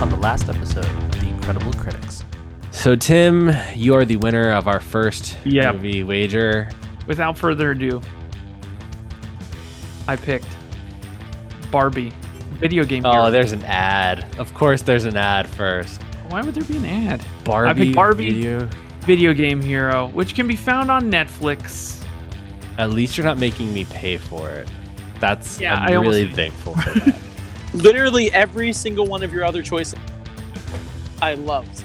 last episode of The Incredible Critics. So, Tim, you are the winner of our first Yep. movie wager. Without further ado, I picked Barbie, video game. Oh, hero. there's an ad. Of course, there's an ad first. Why would there be an ad? Barbie. Barbie. video- Video game hero, which can be found on Netflix. At least you're not making me pay for it. That's Yeah, I'm I almost- really thankful for that. Literally every single one of your other choices I loved.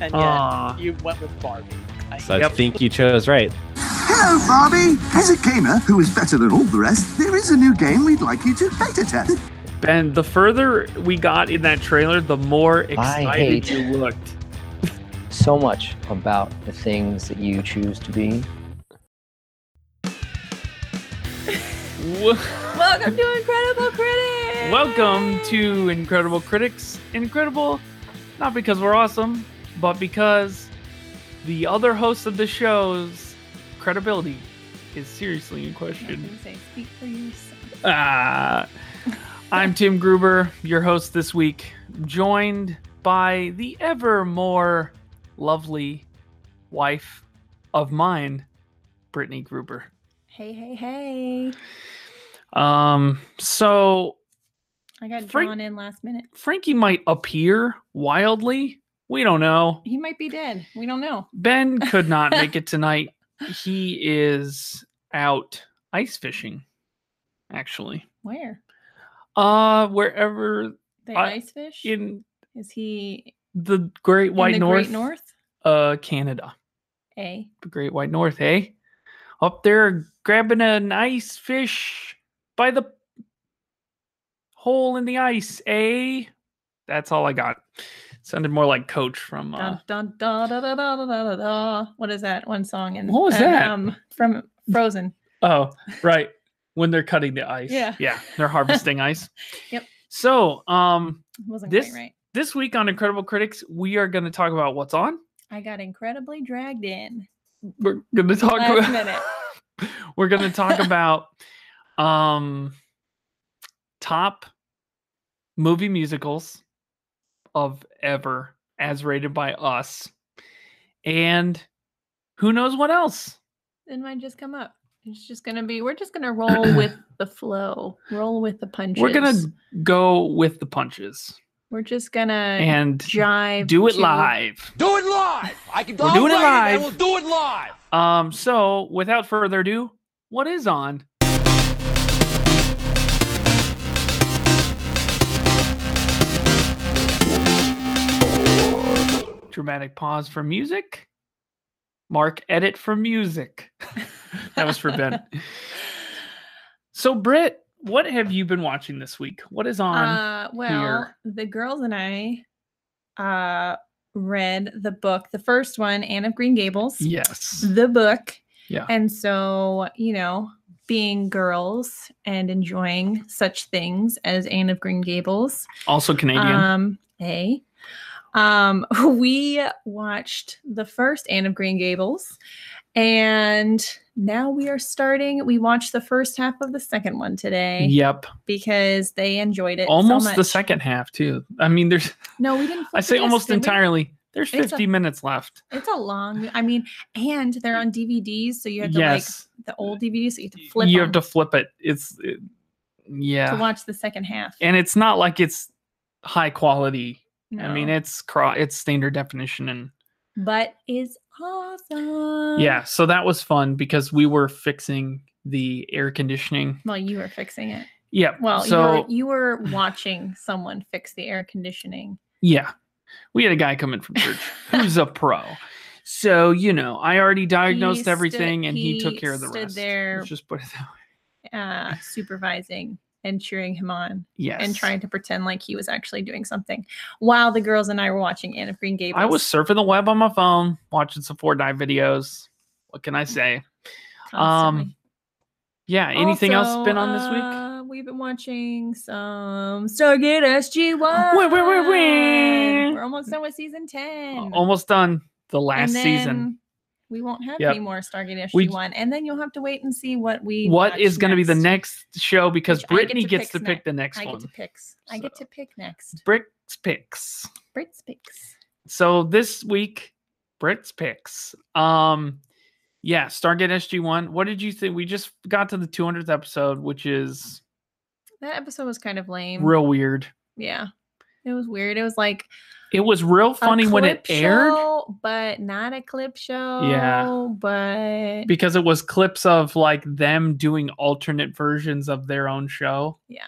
And yet Aw. you went with Barbie. I, So I Yep. think you chose right. Hello, Barbie! As a gamer who is better than all the rest, there is a new game we'd like you to beta test. Ben, the further we got in that trailer, the more excited hate- you looked. so much about the things that you choose to be. Wo- Welcome to Incredible Critics! Welcome to Incredible Critics. Incredible, not because we're awesome, but because the other hosts of the show's credibility is seriously in I was question. gonna say, speak for yourself. Ah, I'm Tim Gruber, your host this week, joined by the ever more lovely wife of mine, Brittany Gruber. Hey, hey, hey. Um, so I got Frank- drawn in last minute. Frankie might appear wildly. We don't know. He might be dead. We don't know. Ben could not make it tonight. He is out ice fishing, actually. Where? Uh, wherever The I- ice fish? in Is he the Great in White the North, Great North? uh, Canada, A. the Great White North, eh? Up there, grabbing an ice fish by the hole in the ice, eh? That's all I got. Sounded more like Coach from. Uh, Dun, dun, da, da, da, da, da, da, da, da. What is that one song? And What was that? Um, from Frozen. Oh, right. When they're cutting the ice. Yeah. Yeah. They're harvesting ice. Yep. So, um, Wasn't This- quite right. this week on Incredible Critics, we are going to talk about what's on. I got incredibly dragged in. We're going to talk Last about minute. We're going to talk about um top movie musicals of ever as rated by us. And who knows what else? It might just come up. It's just gonna be. We're just gonna roll with the flow. Roll with the punches. We're going to go with the punches We're just gonna and jive. do it to- live. Do it live. I can. We're I'll doing it write live. And we'll do it live. Um, so without further ado, what is on? Dramatic pause for music. Mark edit for music. that was for Ben. So Britt, what have you been watching this week? What is on? Uh, well, the girls and I uh, read the book, the first one, Anne of Green Gables, yes. the book. Yeah. And so, you know, being girls and enjoying such things as Anne of Green Gables, Also Canadian. Um, a. Um, we watched the first Anne of Green Gables, and now we are starting. We watched the first half of the second one today yep. because they enjoyed it so Almost the much. second half too. I mean, there's No, we didn't. I flip say it, almost did we? entirely. There's It's a- 50 minutes left. It's a long. I mean, and they're on DVDs, so you have to yes, like the old DVDs, so you have to flip. you have to them flip it. It's it- yeah, to watch the second half. and it's not like it's high quality. I No. mean, it's cro- it's standard definition, and but is awesome. yeah, so that was fun because we were fixing the air conditioning. Well, you were fixing it. Yeah, Well, so you, were, you were watching someone fix the air conditioning. yeah, we had a guy come in from church who's a pro. So you know, I already diagnosed stood- everything, and he, took he care of the stood rest. there- Let's just put it that way. Uh, supervising and cheering him on Yes, and trying to pretend like he was actually doing something while the girls and I were watching Anne of Green Gables. I was surfing the web on my phone, watching some Fort Dive videos. What can I say? Um, constantly. yeah. um, Anything else Also, been on this week? uh, we've been watching some Stargate SG-1. Wah, wah, wah, wah. We're almost done with season 10. Uh, Almost done. The last And season. then We won't have Yep. any more Stargate We- SG-1. and then you'll have to wait and see what we What watch is going to be the next show? Because Which I get Brittany to gets pick to ne- pick the next I one. get to picks. I get to pick next. Brick's picks. Brit's picks. so this week Brit's picks. Um yeah, Stargate SG1. What did you think? We just got to the 200th episode, which is That episode was kind of lame. real weird. Yeah. It was weird. It was like It was real a funny when it clip aired show, but not a clip show. But because it was clips of like them doing alternate versions of their own show. Yeah.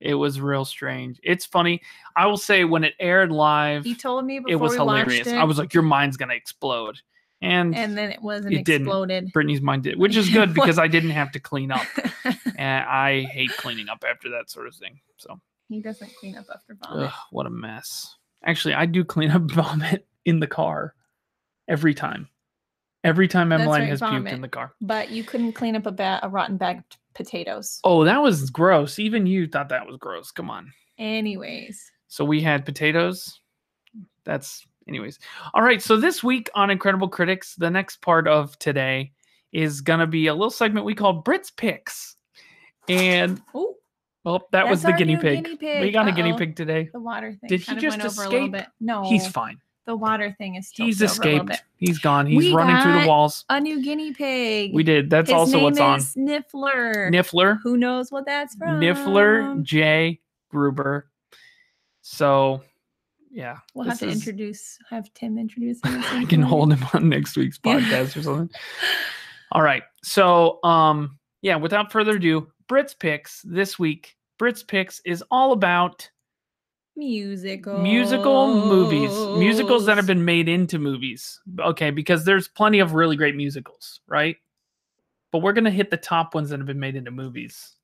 It was real strange. It's funny. I will say when it aired live, he told me before it was we watched hilarious. it, I was like, your mind's gonna explode. And, and then it wasn't it didn't. exploded. Brittany's mind did, which is good What? because I didn't have to clean up. and I hate cleaning up after that sort of thing. So, he doesn't clean up after vomit. ugh, what a mess. Actually, I do clean up vomit in the car every time. Every time That's Emmeline right, has puked in vomit. the car. But you couldn't clean up a, ba- a rotten bag of t- potatoes. Oh, that was gross. Even you thought that was gross. Come on. Anyways, So we had potatoes. That's, anyways. All right. So this week on Incredible Critics, the next part of today is going to be a little segment we call Brit's Picks. And, oh, well, that was That's the our guinea new pig. guinea pig. We got a guinea Uh-oh. Oh. pig today. the water thing. Did he kind of just went over a little escape? bit. No, He's fine. The water thing is still He's over a little escaped. bit. He's gone. He's We running through the got- walls. A new guinea pig. We did. That's His also name what's is on. Niffler. Niffler. Who knows what that's from? Niffler J. Gruber. So, yeah. We'll this have is- to introduce. Have Tim introduce him. at I some can point. hold him on next week's Yeah. podcast or something. All right. So, um, yeah, without further ado, Brit's Picks this week. Brit's Picks is all about musical musical movies, musicals that have been made into movies. Okay, because there's plenty of really great musicals, right? But we're gonna hit the top ones that have been made into movies.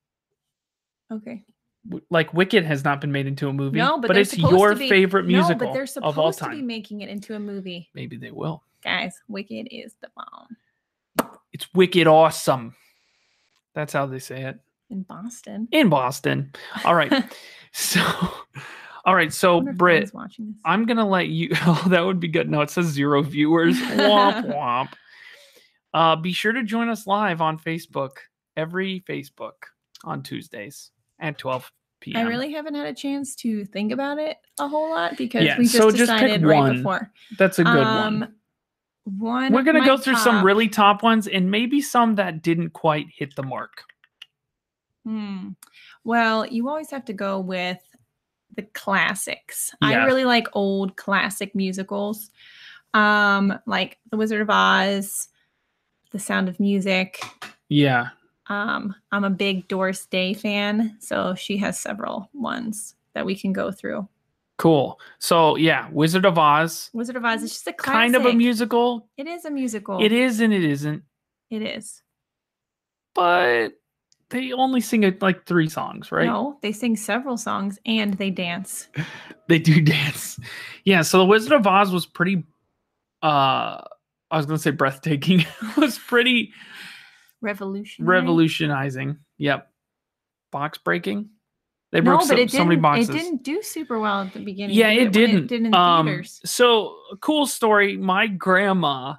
okay. W- Like Wicked has not been made into a movie, No, but, they're it's supposed your to be- favorite musical No, but they're supposed of all to be time. making it into a movie, Maybe they will. guys. Wicked is the bomb It's wicked awesome. That's how they say it in Boston. in Boston. All right, so, all right, so Wonder if Britt, anyone's watching this. I'm gonna let you. Oh, that would be good. No, it says zero viewers. womp womp. Uh, be sure to join us live on Facebook every Facebook on Tuesdays at 12 I p.m. Oh, really haven't had a chance to think about it a whole lot because Yeah, we just so just pick decided right one. before. That's a good one. Um, one. We're of gonna my go through some top- really top ones and maybe some that didn't quite hit the mark. Hmm. Well, you always have to go with the classics. Yeah. I really like old classic musicals, um, like The Wizard of Oz, The Sound of Music. Yeah, Um, I'm a big Doris Day fan, so she has several ones that we can go through. cool. So yeah, Wizard of Oz, Wizard of Oz is just a classic. kind of a musical. It is a musical. It is and it isn't, It is. but they only sing it like three songs, right? No, they sing several songs and they dance. they do dance. Yeah, so the Wizard of Oz was pretty uh I was gonna say breathtaking. it was pretty Revolution. revolutionizing. Yep. Box breaking. They no, broke but so, it so many didn't- boxes. It didn't do super well at the beginning. yeah, did it when didn't. It did in Um, theaters. So a cool story. My grandma,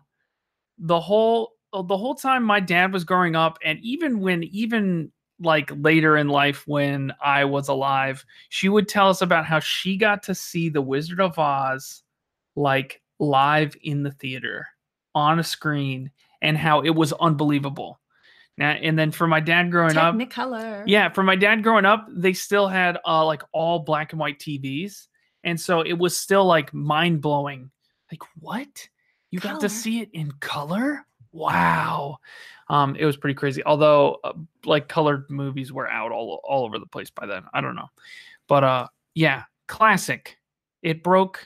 the whole uh, the whole time my dad was growing up, and even when even like later in life when I was alive, she would tell us about how she got to see the Wizard of Oz like live in the theater on a screen and how it was unbelievable. Now and then for my dad growing up, Technicolor. yeah, for my dad growing up, they still had uh like all black and white TVs. And so it was still like mind blowing. Like, what? You got Color. to see it in color? Wow. Um, it was pretty crazy. Although uh, like colored movies were out all all over the place by then. I don't know. But uh yeah, classic. It broke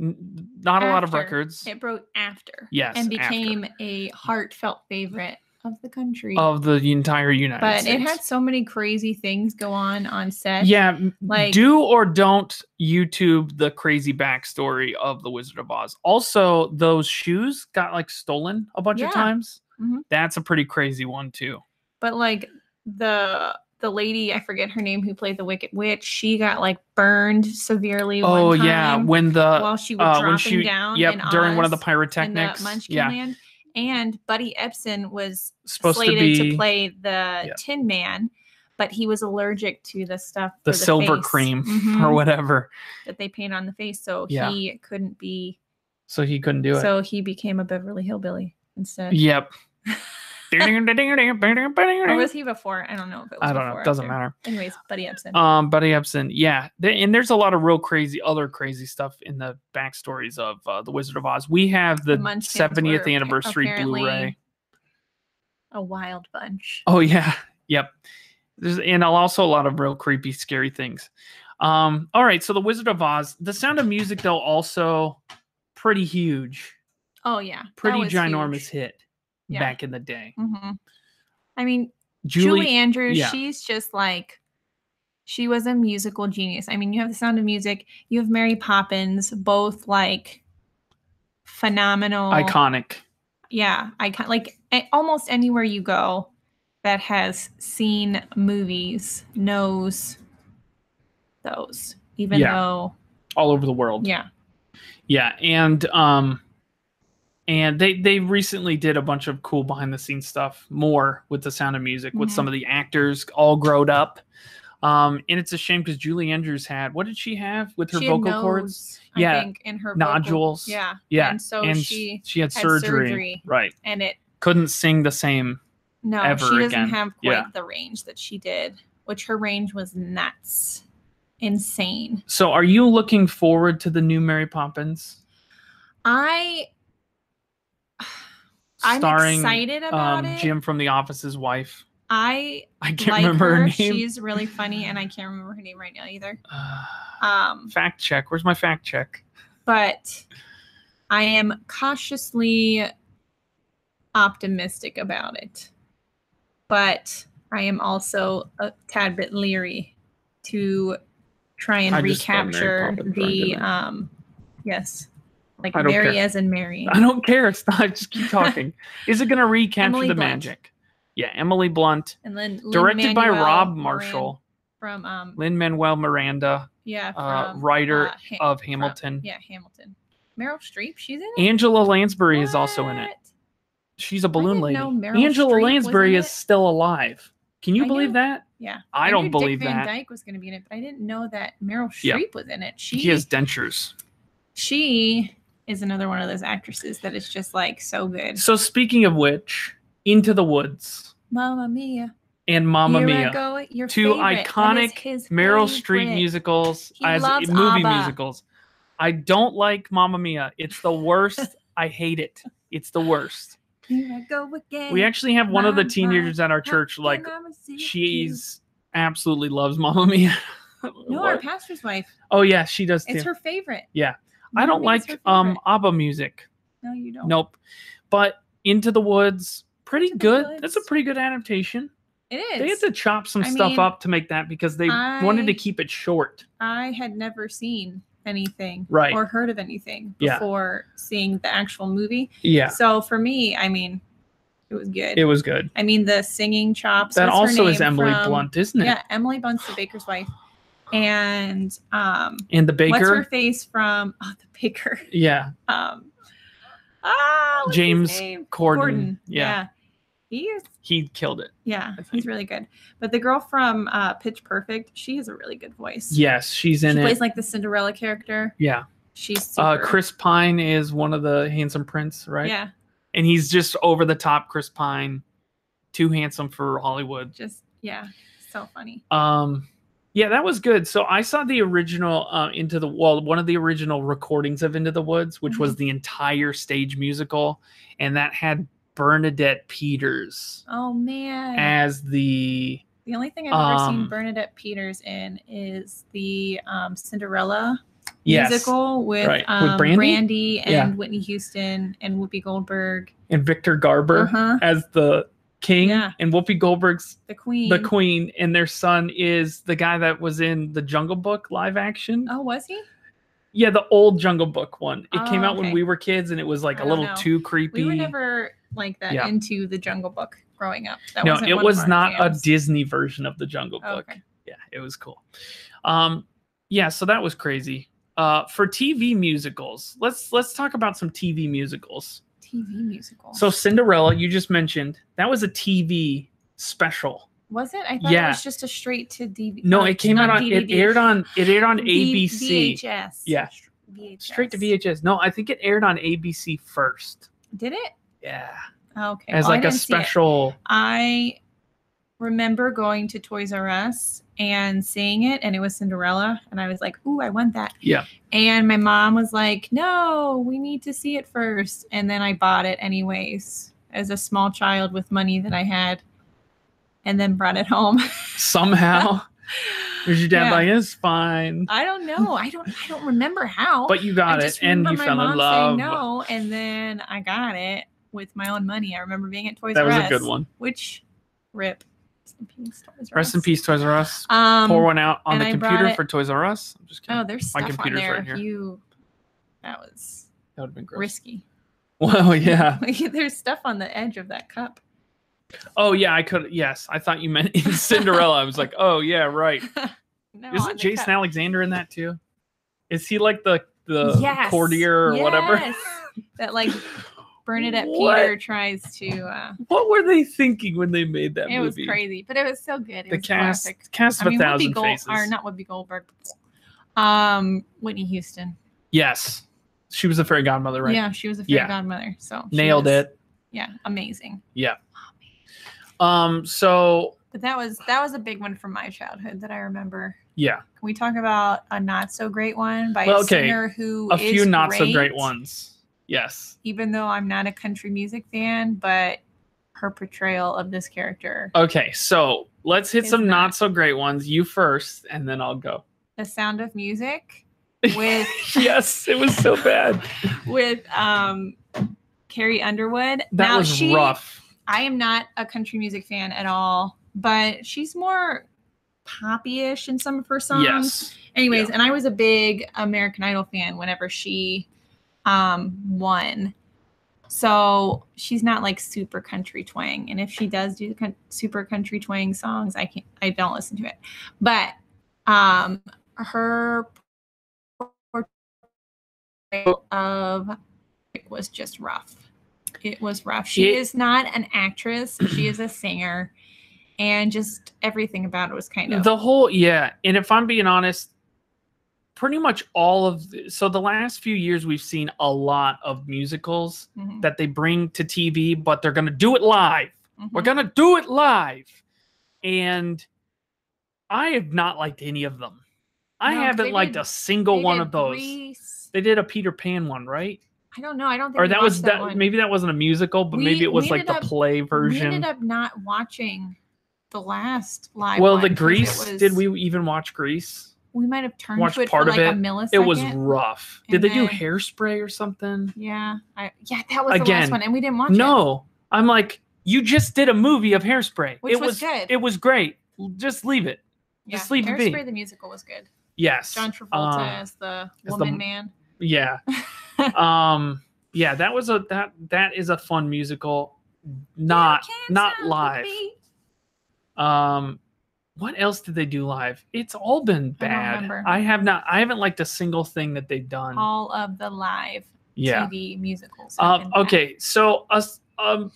n- not a lot of After. records It broke after. Yes, And after. became a heartfelt favorite of the country. of the entire United but States. it had so many crazy things go on on set. yeah m- like- do or don't youtube the crazy backstory of the wizard of oz also those shoes got like stolen a bunch Yeah. of times Mhm. that's a pretty crazy one too But like the the lady, I forget her name, who played the Wicked Witch, she got like burned severely. one oh yeah time when the while she was uh, dropping when she down. yep in during one of the Oz, in the pyrotechnics yeah Munchkinland. And Buddy Epson was supposed to slated be to play the Tin Man, but he was allergic to the stuff The for silver face, cream mhm, or whatever. that they paint on the face, so Yeah. he couldn't be. So he couldn't do it. So he became a Beverly Hillbilly instead. yep. Or was I he before? I don't know if it was. don't know. before or It doesn't after. matter. Anyways, Buddy Epson. Um, Buddy Epson, yeah, Th- and there's a lot of real crazy, other crazy stuff in the backstories of uh, the Wizard of Oz. We have the Munchkins were 70th appa- anniversary apparently Blu-ray. A wild bunch. Oh yeah, yep. There's and also a lot of real creepy, scary things. Um, all right, so the Wizard of Oz, The Sound of Music, though, also pretty huge, Oh yeah, that pretty was ginormous huge. hit Yeah. back in the day. Mhm. I mean, Julie, Julie, Andrews, yeah. she's just like she was a musical genius. I mean, you have The Sound of Music, you have Mary Poppins, both like phenomenal, iconic. Yeah, icon. Like a- almost anywhere you go that has seen movies knows those. Even Yeah. though, all over the world. yeah, Yeah, and um and they they recently did a bunch of cool behind the scenes stuff more with the sound of music with Mhm. some of the actors all growed up. Um and it's a shame cuz Julie Andrews had what did she have with her she had vocal cords? nose, I Yeah, think, in her vocal- Nodules. Yeah, Yeah, and so and she she, she had, had surgery. surgery. Right. and it Couldn't sing the same. No, ever she doesn't again. have quite Yeah. the range that she did, which her range was nuts, insane. So are you looking forward to the new Mary Poppins I I'm starring excited about um, it. Jim from the Office's wife? I I can't like remember her. her name. She's really funny, and I can't remember her name right now either. Uh, Um, fact check. Where's my fact check? but I am cautiously optimistic about it, but I am also a tad bit leery to try and I just spelled Mary recapture Poppins wrong, the didn't um, yes, like I don't Mary care. as in Mary. I don't care. Stop. Just keep talking. Is it going to recapture Emily the Blunt. magic? Yeah, Emily Blunt, And then directed by Lin-Manuel Rob Miranda Marshall, from um Lin Manuel Miranda, yeah uh, from, writer uh, Ha- of from- Hamilton. yeah Hamilton. Meryl Streep, she's in it. Angela Lansbury is also in it. What? She's a balloon didn't lady. know Meryl Angela Streep was Lansbury in is it. still alive. Can you I believe know. that? Yeah. I knew don't believe Dick Van that. Dyke was going to be in it, but I didn't know that Meryl Streep Yeah. was in it. She He has dentures. she is another one of those actresses that is just like so good. So speaking of which, Into the Woods Mamma Mia, and Mamma Here I Mia. go, your Two favorite. That is iconic his Meryl favorite. Streep musicals He as loves movie ABBA. musicals. I don't like Mamma Mia. It's the worst. I hate it. It's the worst. Here I go again. We actually have one of the Mama, teenagers at our How church can like I resist you? she's absolutely loves Mamma Mia. no, our What? pastor's wife. oh yeah, she does too. It's her favorite. Yeah. Mamma I don't Mia is her like um favorite. ABBA music. No, you don't. Nope. But Into the Woods, pretty Into the good. That's a Woods. pretty good adaptation. it is. They had to chop some I stuff mean, up to make that because they wanted I- to keep it short. I had never seen anything Right. or heard of anything Yeah. before seeing the actual movie. Yeah. So for me, I mean, it was good. It was good. I mean, the singing chops. That what's her also is name Emily from- Blunt, isn't it? Yeah, Emily Blunt's the baker's wife, and um, And the what's her baker. face from oh, the baker? Yeah. Um, ah, what's his James name? Corden. Yeah. Yeah. he is. He killed it. Yeah, I think. he's really good. But the girl from uh, Pitch Perfect, she has a really good voice. Yes, she's in she it. plays like the Cinderella character. yeah. She's super. Uh, Chris Pine is one of the handsome prince, right? Yeah, And he's just over the top Chris Pine. Too handsome for Hollywood. just yeah, so funny. Um yeah, that was good. So I saw the original uh, Into the Well, one of the original recordings of Into the Woods, which was the entire stage musical, and that had Bernadette Peters Oh man. as the The only thing I've ever seen Um, Bernadette Peters in is the um, Cinderella yes, musical with, right. With um, Brandy? Brandy? and Yeah. Whitney Houston and Whoopi Goldberg, and Victor Garber Uh-huh. as the king, Yeah. and Whoopi Goldberg's the Queen. the queen, and their son is the guy that was in the Jungle Book live action. Oh, was he? Yeah, the old Jungle Book one. It came Oh, out when okay. we were kids, and it was like a I don't little know. too creepy. We were never like that Yeah. into the Jungle Book growing up. That no, wasn't it one of was our not a jams. Disney version of the Jungle Oh, Book. okay. Yeah, it was cool. Um, yeah, so that was crazy. Uh, for TV musicals, let's let's talk about some TV musicals. TV musical. So Cinderella, you just mentioned that was a TV special Was it? I thought Yeah. it was just a straight to DVD. No, uh, it came out not on it DVD. aired on it aired on V- ABC. VHS. Yeah. VHS. Straight to VHS. No, I think it aired on ABC first. Did it? Yeah. Oh, okay. As Well, I like a didn't see it. special I remember going to Toys R Us and seeing it, and it was Cinderella, and I was like, "Ooh, I want that!" Yeah. And my mom was like, "No, we need to see it first. and then I bought it anyways as a small child with money that I had, and then brought it home. somehow. Was your dad Yeah. like, it's fine. I don't know. I don't. I don't remember how. But you I got it just and remember you fell my in mom love. saying no, and then I got it with my own money. I remember being at Toys That R Us. was a good one. Which, rip. Rest in peace, Toys R Rest in Us. peace, Toys R Us. Um, Pour one out on and the I computer brought it- for Toys R Us. I'm just kidding. Oh, there's My stuff on computer's there. right here. You, that was that would have been gross. risky. Well, yeah. there's stuff on the edge of that cup. Oh, yeah. I could. Yes, I thought you meant in Cinderella. I was like, oh yeah, right. no, Isn't Jason Alexander in that too? Is he like the the Yes, courtier or whatever? yes. that like Bernadette What? Peter tries to? Uh, What were they thinking when they made that it was movie? crazy, but it was so good. It The was cast, classic. cast of I mean, a Whoopi thousand Gold faces. or not Whoopi Goldberg. Um, Whitney Houston. Yes, she was the fairy godmother, right? Yeah, she was a fairy Yeah. godmother. So she Nailed was- it. Yeah, amazing. Um, so But that was that was a big one from my childhood that I remember. yeah, Can we talk about a not so great one by Well, a okay. singer who a is few not so great ones. Yes. Even though I'm not a country music fan, but her portrayal of this character, Okay, so let's hit Is some that- not so great ones. You first, and then I'll go. The Sound of Music, with yes, it was so bad. with um, Carrie Underwood. That now was she, rough. I am not a country music fan at all, but she's more poppy-ish in some of her songs. Yes. Anyways, and I was a big American Idol fan whenever she um won. So she's not like super country twang, and if she does do con- super country twang songs, I can't, I don't listen to it. But um, her portrayal of it was just rough. It was rough. She It- is not an actress; she is a singer, and just everything about it was kind of The whole yeah, and if I'm being honest, pretty much all of the, so the last few years we've seen a lot of musicals Mhm, that they bring to TV, but they're gonna do it live. We're mhm. gonna do it live, and I have not liked any of them. I No, haven't they liked did- a single They one did of those. Grease. They did a Peter Pan one, right? I don't know. I don't think. Or we that was watched that. one. maybe that wasn't a musical, but We- maybe it was we like the ended up- play We version. ended up not watching the last live. well, one the 'cause it Grease. Did was- we even watch Grease? We might have turned watch to it part for of like it? a millisecond. It was rough. Did And they do then- hairspray or something? Yeah, I, yeah, that was the Again, last one, and we didn't watch it. No, I'm like, you just did a movie of hairspray. Which it was was good. It was great. L- Just leave it. yeah. just leave it be. Hairspray, the musical was good. Yes. John Travolta Um, as the the- woman man. Yeah. um yeah, that was a that that is a fun musical. Not You can't not stop the live. beat. Um what else did they do live? It's all been I don't bad. remember. I, have not I haven't liked a single thing that they've done. All of the live yeah. TV musicals. have Um been bad. okay, so us um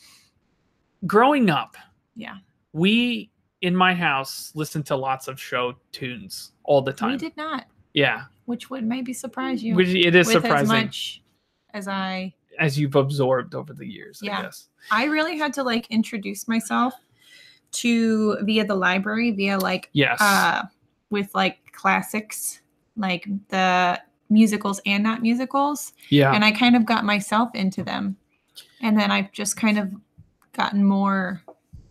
growing up, Yeah, we in my house listened to lots of show tunes all the time. we did not, Yeah. which would maybe surprise you. Which it is with as surprising as, much as I you've absorbed over the years, I Yeah. guess. I really had to like introduce myself to via the library, via like Yes. uh with like classics, like the musicals and not musicals. yeah. And I kind of got myself into them. And then I've just kind of gotten more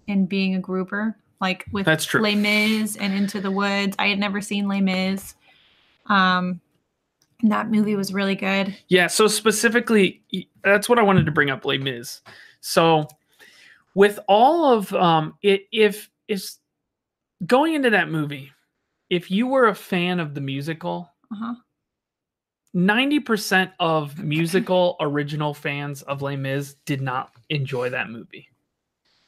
in being a grouper, like with That's true. Les Mis and Into the Woods. I had never seen Les Mis. Um and that movie was really good. Yeah, so specifically, y- that's what I wanted to bring up, Les Mis. So, with all of um, it, if if going into that movie, if you were a fan of the musical, Uh-huh. ninety percent of musical original fans of Les Mis did not enjoy that movie,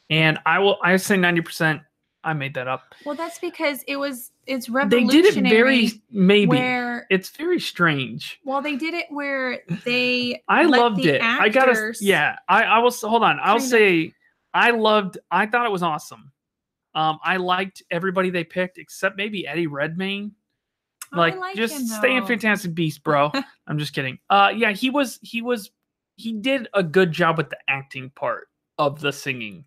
and I will I say ninety percent. I made that up. Well, that's because it was it's They revolutionary. did it very maybe. where it's very strange. well they did it where they I let loved the it. I gotta s- actors- yeah. I I will s- hold on. I'll Kind of. say I loved. I thought it was awesome. Um, I liked everybody they picked except maybe Eddie Redmayne. Oh, I Like, like just him, stay in though. Fantastic Beast, bro. I'm just kidding. Uh, yeah, he was he was he did a good job with the acting part of the singing.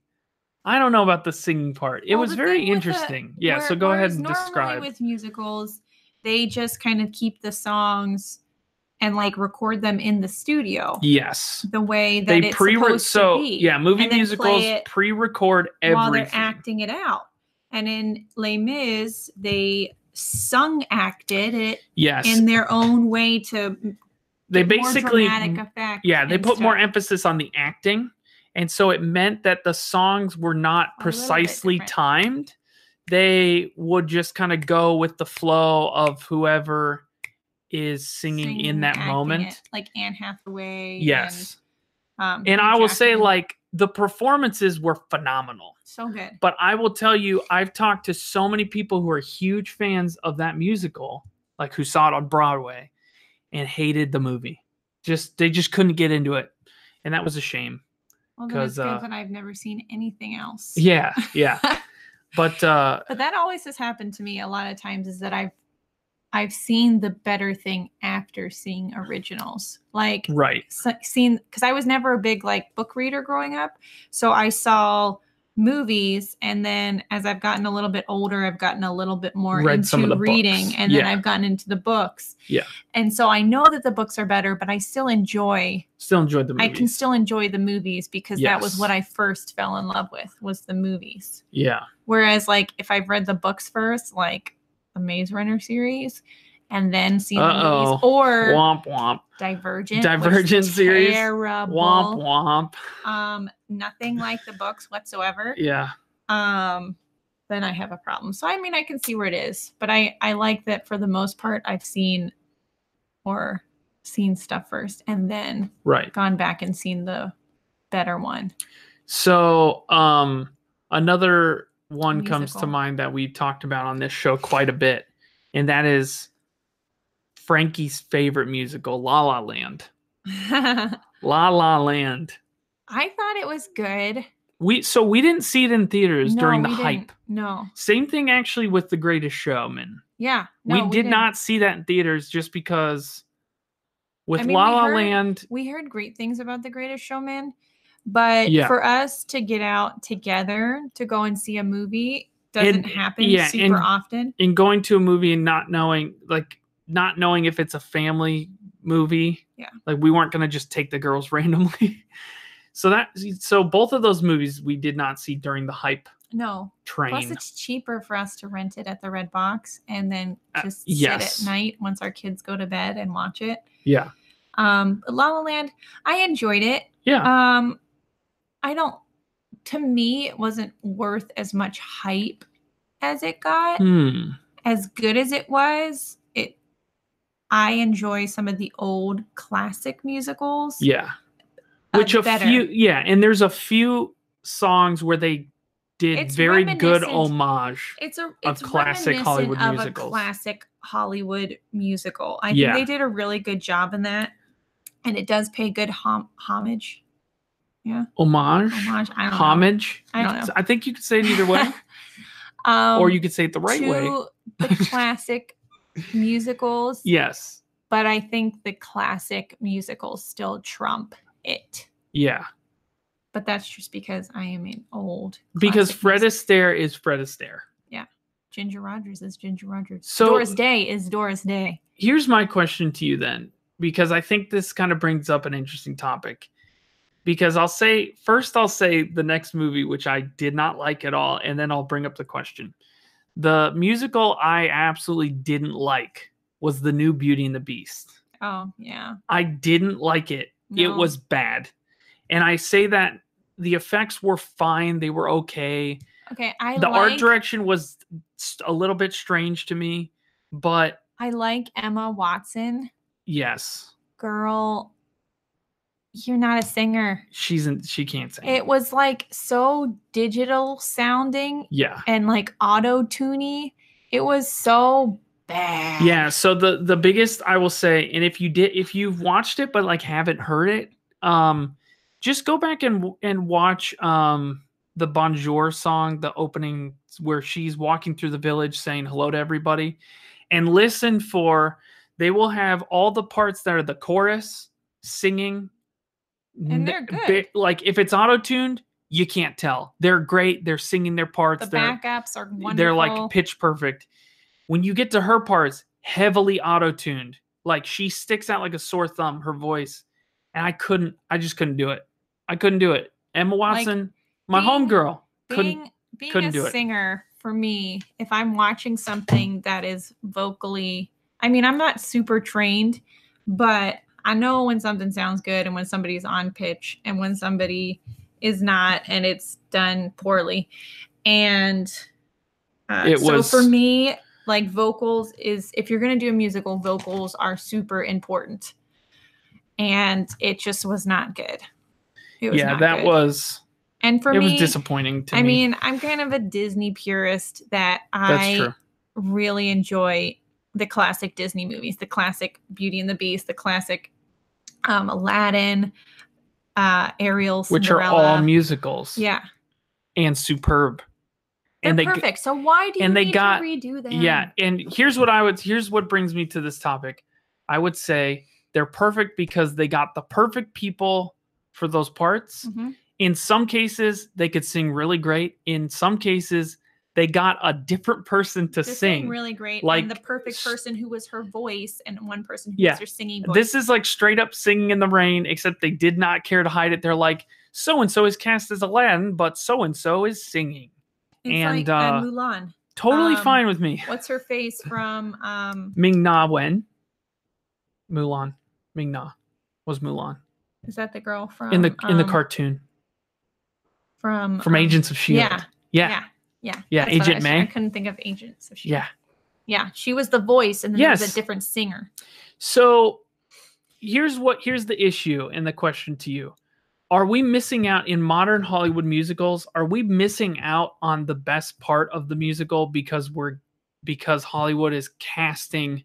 I don't know about the singing part. It Well, was the very thing with the- interesting. yeah, where- so go ahead whereas and normally describe. With musicals, they just kind of keep the songs and like record them in the studio yes. the way that They it's pre supposed so to be. yeah, movie and then play musicals it pre-record while they're everything. acting it out. And in Les Mis, they sung acted it Yes. in their own way to they get basically more dramatic effect. yeah they and put more stuff. emphasis on the acting and so it meant that the songs were not A little bit precisely different. timed they would just kind of go with the flow of whoever is singing, in that acting moment it, like Anne Hathaway. yes and, um, and Hugh i will say Jackman. like the performances were phenomenal so good. but I will tell you, I've talked to so many people who are huge fans of that musical, like who saw it on Broadway and hated the movie. Just they just couldn't get into it. And that was a shame. Well, then it's 'Cause, uh, good that I've never seen anything else. Yeah, yeah. but uh But that always has happened to me a lot of times is that I've I've seen the better thing after seeing originals. Like right. s- seen because I was never a big like book reader growing up, so I saw movies and then as I've gotten a little bit older, I've gotten a little bit more Read into some of the reading books. and then Yeah. I've gotten into the books. Yeah. And so I know that the books are better, but I still enjoy Still enjoyed the movie. I can still enjoy the movies because that was Yes. what I first fell in love with was the movies. yeah. Whereas, like, if I've read the books first, like the Maze Runner series, and then seen the Uh-oh. movies, or Womp womp. Divergent, Divergent was series. terrible. Womp womp. Um, nothing like the books whatsoever. Yeah. Um, then I have a problem. So I mean, I can see where it is, but I I like that for the most part, I've seen or seen stuff first, and then Right. gone back and seen the better one. So, um, another one comes to Musical. mind that we've talked about on this show quite a bit, and that is Frankie's favorite musical, La La Land. I La La Land. thought it was good. We so we didn't see it in theaters during No, the we hype. didn't. No. Same thing actually with The Greatest Showman. Yeah. we, no, did didn't. not see that in theaters just because with mean, La we La heard- Land, We heard great things about The Greatest Showman, but Yeah. for us to get out together to go and see a movie doesn't And- happen yeah, and- super often. in going to a movie and not knowing like not knowing if it's a family movie Yeah. like we weren't going to just take the girls randomly so that so both of those movies we did not see during the hype No. Plus, train it's cheaper for us to rent it at the Red Box and then Uh, just yes. sit at night once our kids go to bed and watch it. yeah Um, La La Land, I enjoyed it. yeah Um, I don't. To me, it wasn't worth as much hype as it got. hmm. As good as it was, it. I enjoy some of the old classic musicals. yeah uh, which a better. few yeah and there's a few songs where they did It's very good reminiscent- homage It's a of it's classic classic Hollywood Hollywood of musicals. a classic Hollywood musical. I Yeah. think they did a really good job in that, and it does pay good hom- homage. homage Homage. I don't know. homage I don't know. i think you could say it either way Um, or you could say it the right way to the classic musicals. yes but I think the classic musicals still trump it. yeah But that's just because I am an old. because classic Fred music- Astaire is Fred Astaire. Ginger Rogers is Ginger Rogers. So- Doris Day is Doris Day. Here's my question to you then, because I think this kind of brings up an interesting topic. Because I'll say first, I'll say the next movie, which I did not like at all, and then I'll bring up the question. The musical I absolutely didn't like was the new Beauty and the Beast. Oh yeah. I didn't like it. It No. was bad. And I say that the effects were fine, they were okay. Okay, I the like art direction was s- a little bit strange to me, but I like Emma Watson. yes, Girl, you're not a singer. she's in, she can't sing. It was like so digital sounding yeah, and like auto tuney. It was so bad. yeah. So the the biggest I will say, and if you did, if you've watched it but like haven't heard it, um, just go back and w- and watch um the Bonjour song, the opening where she's walking through the village saying hello to everybody and listen for they will have all the parts that are the chorus singing And they're n- good. bi- like if it's auto-tuned you can't tell they're great they're singing their parts The they're backups are wonderful. they're like pitch perfect. When you get to her parts, heavily auto tuned. Like she sticks out like a sore thumb, her voice. And I couldn't, I just couldn't do it. I couldn't do it. Emma Like, Watson, my being- homegirl, couldn't. being being couldn't do a it. singer for me, if I'm watching something that is vocally, I mean, I'm not super trained, but I know when something sounds good and when somebody's on pitch and when somebody is not and it's done poorly. And uh, It so was- for me, like vocals is if you're going to do a musical, vocals are super important. And it just was not good. It was yeah, not that good. was, And for it me, was disappointing to I me. mean, I'm kind of a Disney purist that that's I true. really enjoy the classic Disney movies, the classic Beauty and the Beast, the classic um, Aladdin, uh, Ariel, Which are Cinderella. all musicals yeah, and superb. they're and they, g- perfect. So why do you and they need got- to redo them? Yeah, and here's what I would here's what brings me to this topic. I would say they're perfect because they got the perfect people for those parts. Mhm. In some cases, they could sing really great. In some cases, they got a different person to This sing. really great. like, and the perfect s- person who was her voice, and one person who Yeah, was her singing voice. This is like straight up singing in the rain, except they did not care to hide it. They're like, so and so is cast as Aladdin, but so and so is singing. it's and, like uh, uh, Mulan. Totally Um, fine with me. What's her face from? Um, Ming Na Wen, Mulan, Ming Na was Mulan is that the girl from in the in the um, cartoon. from from um, Agents of Shield. Yeah, yeah, yeah, yeah, E Yeah, that's what I Agent was- May. I couldn't think of agents of Shield. yeah. yeah, she was the voice, and then there was Yes. a different singer. So here's what here's the issue and the question to you: Are we missing out in modern Hollywood musicals? Are we missing out on the best part of the musical because we're because Hollywood is casting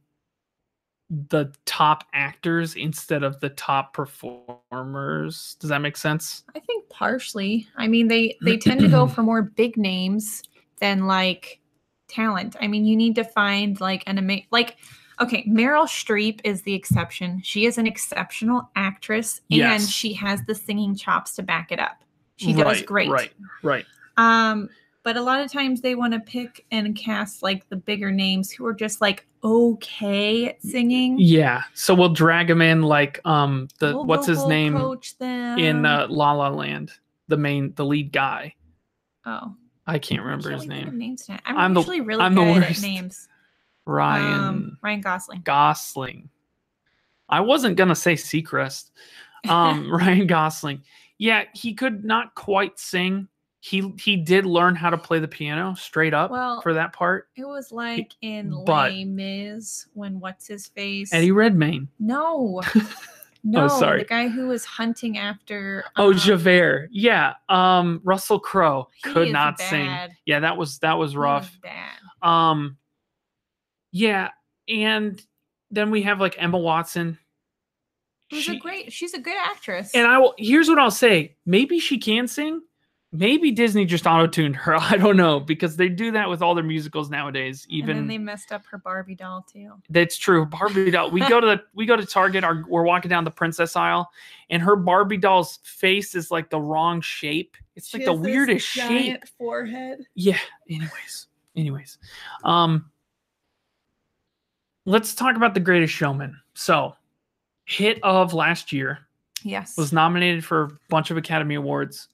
the top actors instead of the top performers? Does that make sense? I think partially. I mean, they they tend to go for more big names than like talent. I mean, you need to find like an amazing like. Okay, Meryl Streep is the exception. She is an exceptional actress, and Yes. she has the singing chops to back it up. She does Right, great. Right, right. Um, but a lot of times they want to pick and cast like the bigger names who are just like okay at singing. Yeah. So we'll drag him in like um the We'll what's his vocal name? Coach them. in uh, La La Land, the main, the lead guy. oh, I can't I remember can't his really think of name. Names tonight. I'm, I'm the- usually really I'm the good worst. at names. Ryan Um, Ryan Gosling. Gosling. I wasn't gonna say Seacrest. Um, Ryan Gosling. Yeah, he could not quite sing. He he did learn how to play the piano straight up Well, for that part. It was like in but- Les Mis when what's his face? Eddie Redmayne. no, no, Oh, sorry. the guy who was hunting after. Oh, um, Javert. Yeah. Um, Russell Crowe he could is not sing. bad. Hmm. He Yeah, that was that was is rough. bad. Um, yeah, and then we have like Emma Watson. Who's a She- great? She's a good actress. And I will. Here's what I'll say: maybe she can sing. Maybe Disney just auto-tuned her. I don't know because they do that with all their musicals nowadays. Even and then they messed up her Barbie doll too. that's true. Barbie doll. We go to the we go to Target. Our, we're walking down the princess aisle, and her Barbie doll's face is like the wrong shape. It's like the weirdest shape. Forehead. yeah anyways anyways um let's talk about the greatest showman so hit of last year Yes. was nominated for a bunch of academy awards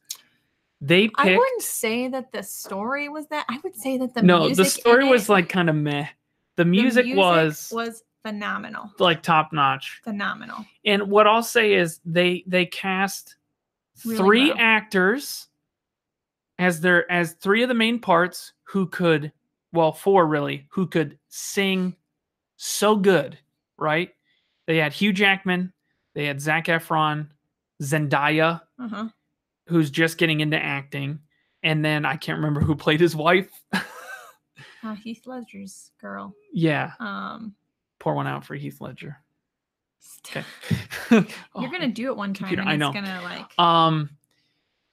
they picked I wouldn't say that the story was that. I would say that the no music the story in was it- like kind of meh the the music, was, was phenomenal, like top notch phenomenal. and what i'll say is they they cast Really three well. actors as their as three of the main parts who could well four really who could sing so good right they had hugh jackman they had zach efron zendaya Uh huh. who's just getting into acting and then i can't remember who played his wife Uh, Heath Ledger's girl. yeah Um, pour one out for heath ledger st- okay Oh. you're gonna do it one time, computer, Uh, and I know. it's gonna like. Um,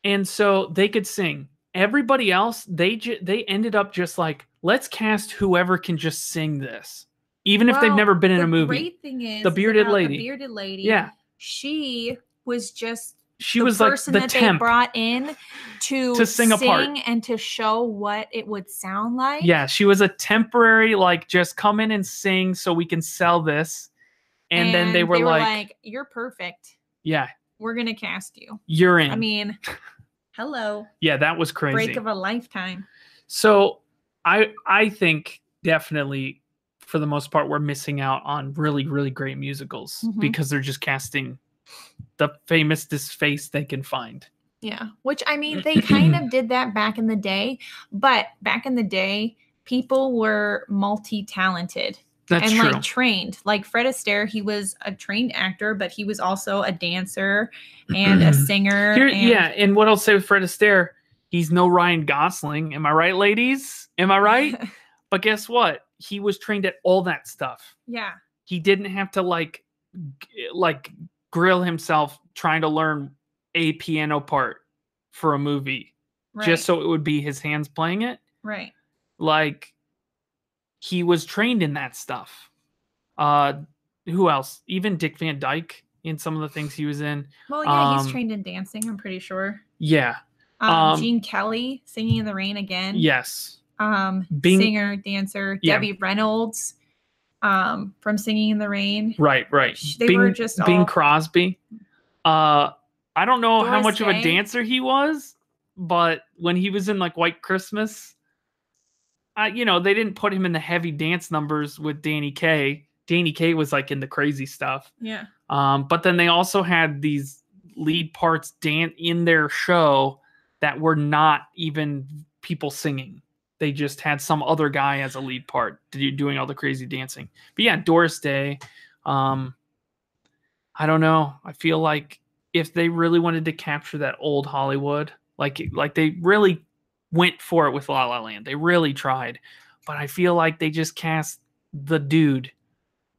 and so they could sing. everybody else they ju- they ended up just like let's cast whoever can just sing this, even if they've Well, never been in the a movie. Great thing is The is bearded about lady. The bearded lady. yeah, She was just she the was like person the that they temp. brought in to, To sing a part. and to show what it would sound like. Yeah, she was a temporary like just come in and sing so we can sell this, and, then they were, like, "You're perfect. yeah, We're gonna cast you." you're in. I mean, hello, yeah, that was crazy. break of a lifetime. So I I think definitely for the most part we're missing out on really really great musicals Mhm. because they're just casting the famousest face they can find. Yeah, which I mean, they kind of did that back in the day, but back in the day, people were multi-talented. That's and true. like trained. Like Fred Astaire, he was a trained actor, but he was also a dancer and a singer. Here- and- yeah, and what I'll say with Fred Astaire, he's no Ryan Gosling. Am I right, ladies? Am I right? but guess what? He was trained at all that stuff. yeah. He didn't have to like g- like grill himself trying to learn a piano part for a movie. Right. just so it would be his hands playing it. right. Like he was trained in that stuff. Uh who else? Even Dick Van Dyke in some of the things he was in. Well, yeah, um, he's trained in dancing. I'm pretty sure. Yeah. Um, um, Gene Kelly, Singing in the Rain again. Yes. Um, Bing- singer, dancer. Yeah. Debbie Reynolds, um, from Singing in the Rain. Right, right. Sh- they were just Bing all- Crosby. Uh I don't know how Doris much of a Day. dancer he was, but when he was in like White Christmas, I you know, they didn't put him in the heavy dance numbers with Danny Kaye. Danny Kaye was like in the crazy stuff. Yeah. Um, but then they also had these lead parts dan- in their show that were not even people singing. They just had some other guy as a lead part do- doing all the crazy dancing. But yeah, Doris Day. Um, I don't know. I feel like if they really wanted to capture that old Hollywood, like like they really went for it with La La Land. They really tried, but I feel like they just cast the dude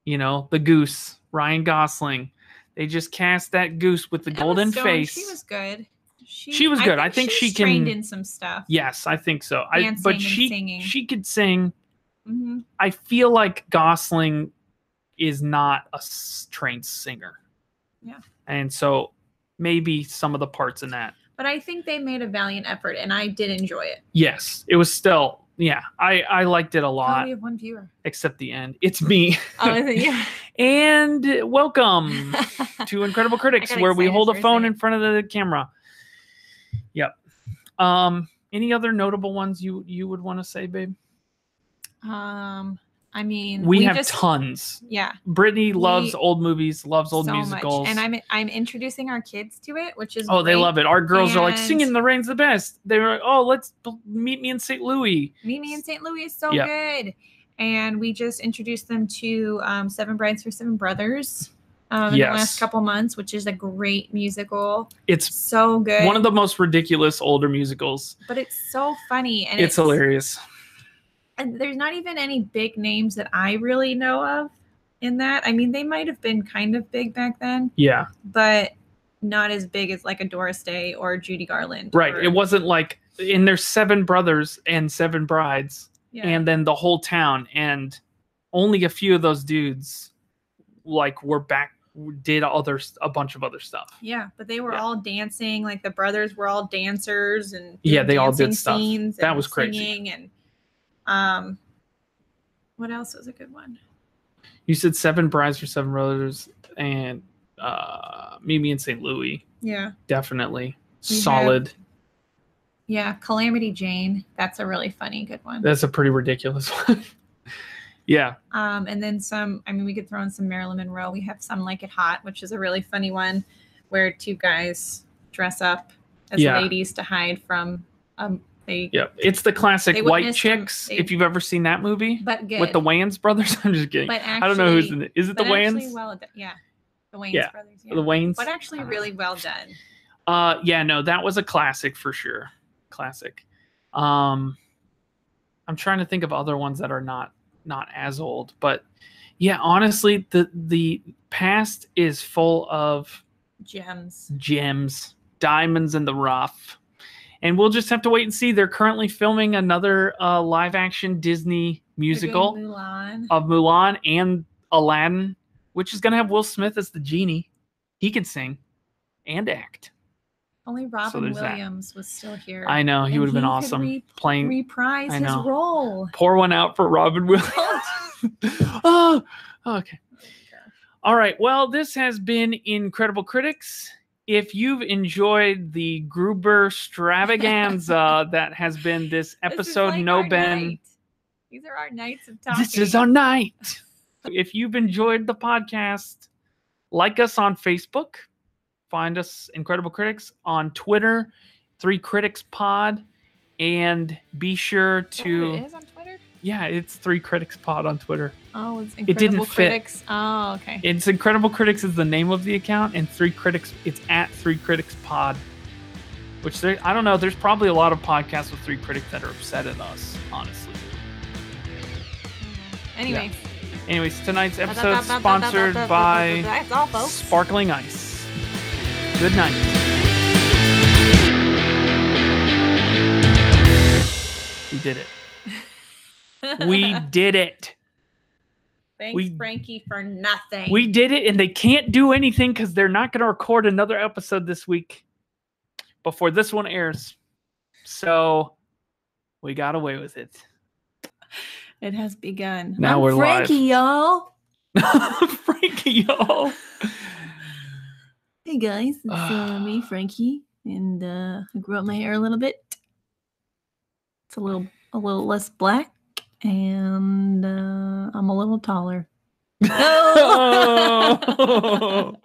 you know, the goose, Ryan Gosling. They just cast that goose with the Emma golden Stone, face. She was good. She, She was good. I think she's she trained can- in some stuff. yes, I think so. I Dancing but and she singing. she could sing. hmm I feel like Gosling is not a s- trained singer. Yeah. And so maybe some of the parts in that. But I think they made a valiant effort, and I did enjoy it. Yes, it was still yeah. I I liked it a Oh, lot we have one viewer. except the end. It's me. Oh, is it? yeah. And welcome to Mm. Incredible Critics, got where we excited hold a for a phone in second. front of the camera. Yep. Um, any other notable ones you you would want to say, babe? um, I mean, We, have just- tons. Yeah, Brittany We- loves old movies, loves old so musicals. much, and I'm I'm introducing our kids to it, which is oh, they great. love it. Our girls are like And- singing the rain's the best. They were like, oh, let's b- meet me in St. Louis. Meet me in St. Louis is so Yeah. good, and we just introduced them to um, Seven Brides for Seven Brothers. Um, in the Yes. last couple months, which is a great musical, It's so good. one of the most ridiculous older musicals. but it's so funny and It's, hilarious. and there's not even any big names that I really know of in that. I mean, they might have been kind of big back then, Yeah, but not as big as like a Doris Day or Judy Garland. right. or- It wasn't like in their seven brothers and seven brides. yeah. and then the whole town and only a few of those dudes like were back did other s- a bunch of other stuff yeah, but they were Yeah. all dancing. Like the brothers were all dancers and Yeah, doing they all did dancing stuff. scenes That and was crazy. singing And um, what else was a good one? you said seven brides for seven brothers and uh meet me in st louis Yeah, definitely We have- solid yeah, Calamity Jane. That's a really funny good one. that's a pretty ridiculous one yeah Um, and then some, I mean, we could throw in some Marilyn Monroe. We have some Like It Hot, which is a really funny one where two guys dress up as Yeah. ladies to hide from, um, they, yeah it's the classic They white witnessed him- chicks they- if you've ever seen that movie but good. with the wayans brothers i'm just kidding but actually, i don't know who's in it is it the but actually wayans Well, do- yeah. The Wayans Yeah, brothers. Yeah. the wayans but actually really well done. Uh yeah, no, that was a classic for sure. Classic. Um I'm trying to think of other ones that are not not as old, but yeah, honestly, the the past is full of Gems. gems, diamonds in the rough. and we'll just have to wait and see. They're currently filming another uh, live action Disney musical They're doing Mulan. of Mulan and Aladdin, which is going to have Will Smith as the genie. He can sing and act. Only Robin Oh, there's that. Williams was still here. I know he And would have been he could awesome re- playing. Reprise I his know. role. pour one out for Robin Williams. oh, okay. All right. Well, this has been Incredible Critics. If you've enjoyed the Gruber extravaganza that has been this This is episode, like no our Ben. night. These are our nights of talking. Oh, This is our night. if you've enjoyed the podcast, like us on Facebook. Find us Incredible Critics on Twitter, Three Critics Pod, and be sure to It is on Twitter. yeah, it's Three Critics Pod on Twitter. Oh, it's didn't incredible fit. critics. Oh, okay. It's Incredible Critics is the name of the account, and Three Critics, it's at Three Critics Pod. Which there, I don't know. There's probably a lot of podcasts with Three Critics that are upset at us, honestly. Mm-hmm. Anyway, Anyways, tonight's episode sponsored by That's all, folks. Sparkling Ice. Good night. We did it. We did it. Thanks, we- Frankie, for nothing. We did it, and they can't do anything because they're not going to record another episode this week before this one airs. So we got away with it. it has begun. Now we're Frankie, y'all. live. Frankie, y'all. Hey guys, it's uh, me, Frankie, and uh, I grew up my hair a little bit. It's a little, a little less black, and uh, I'm a little taller. Oh.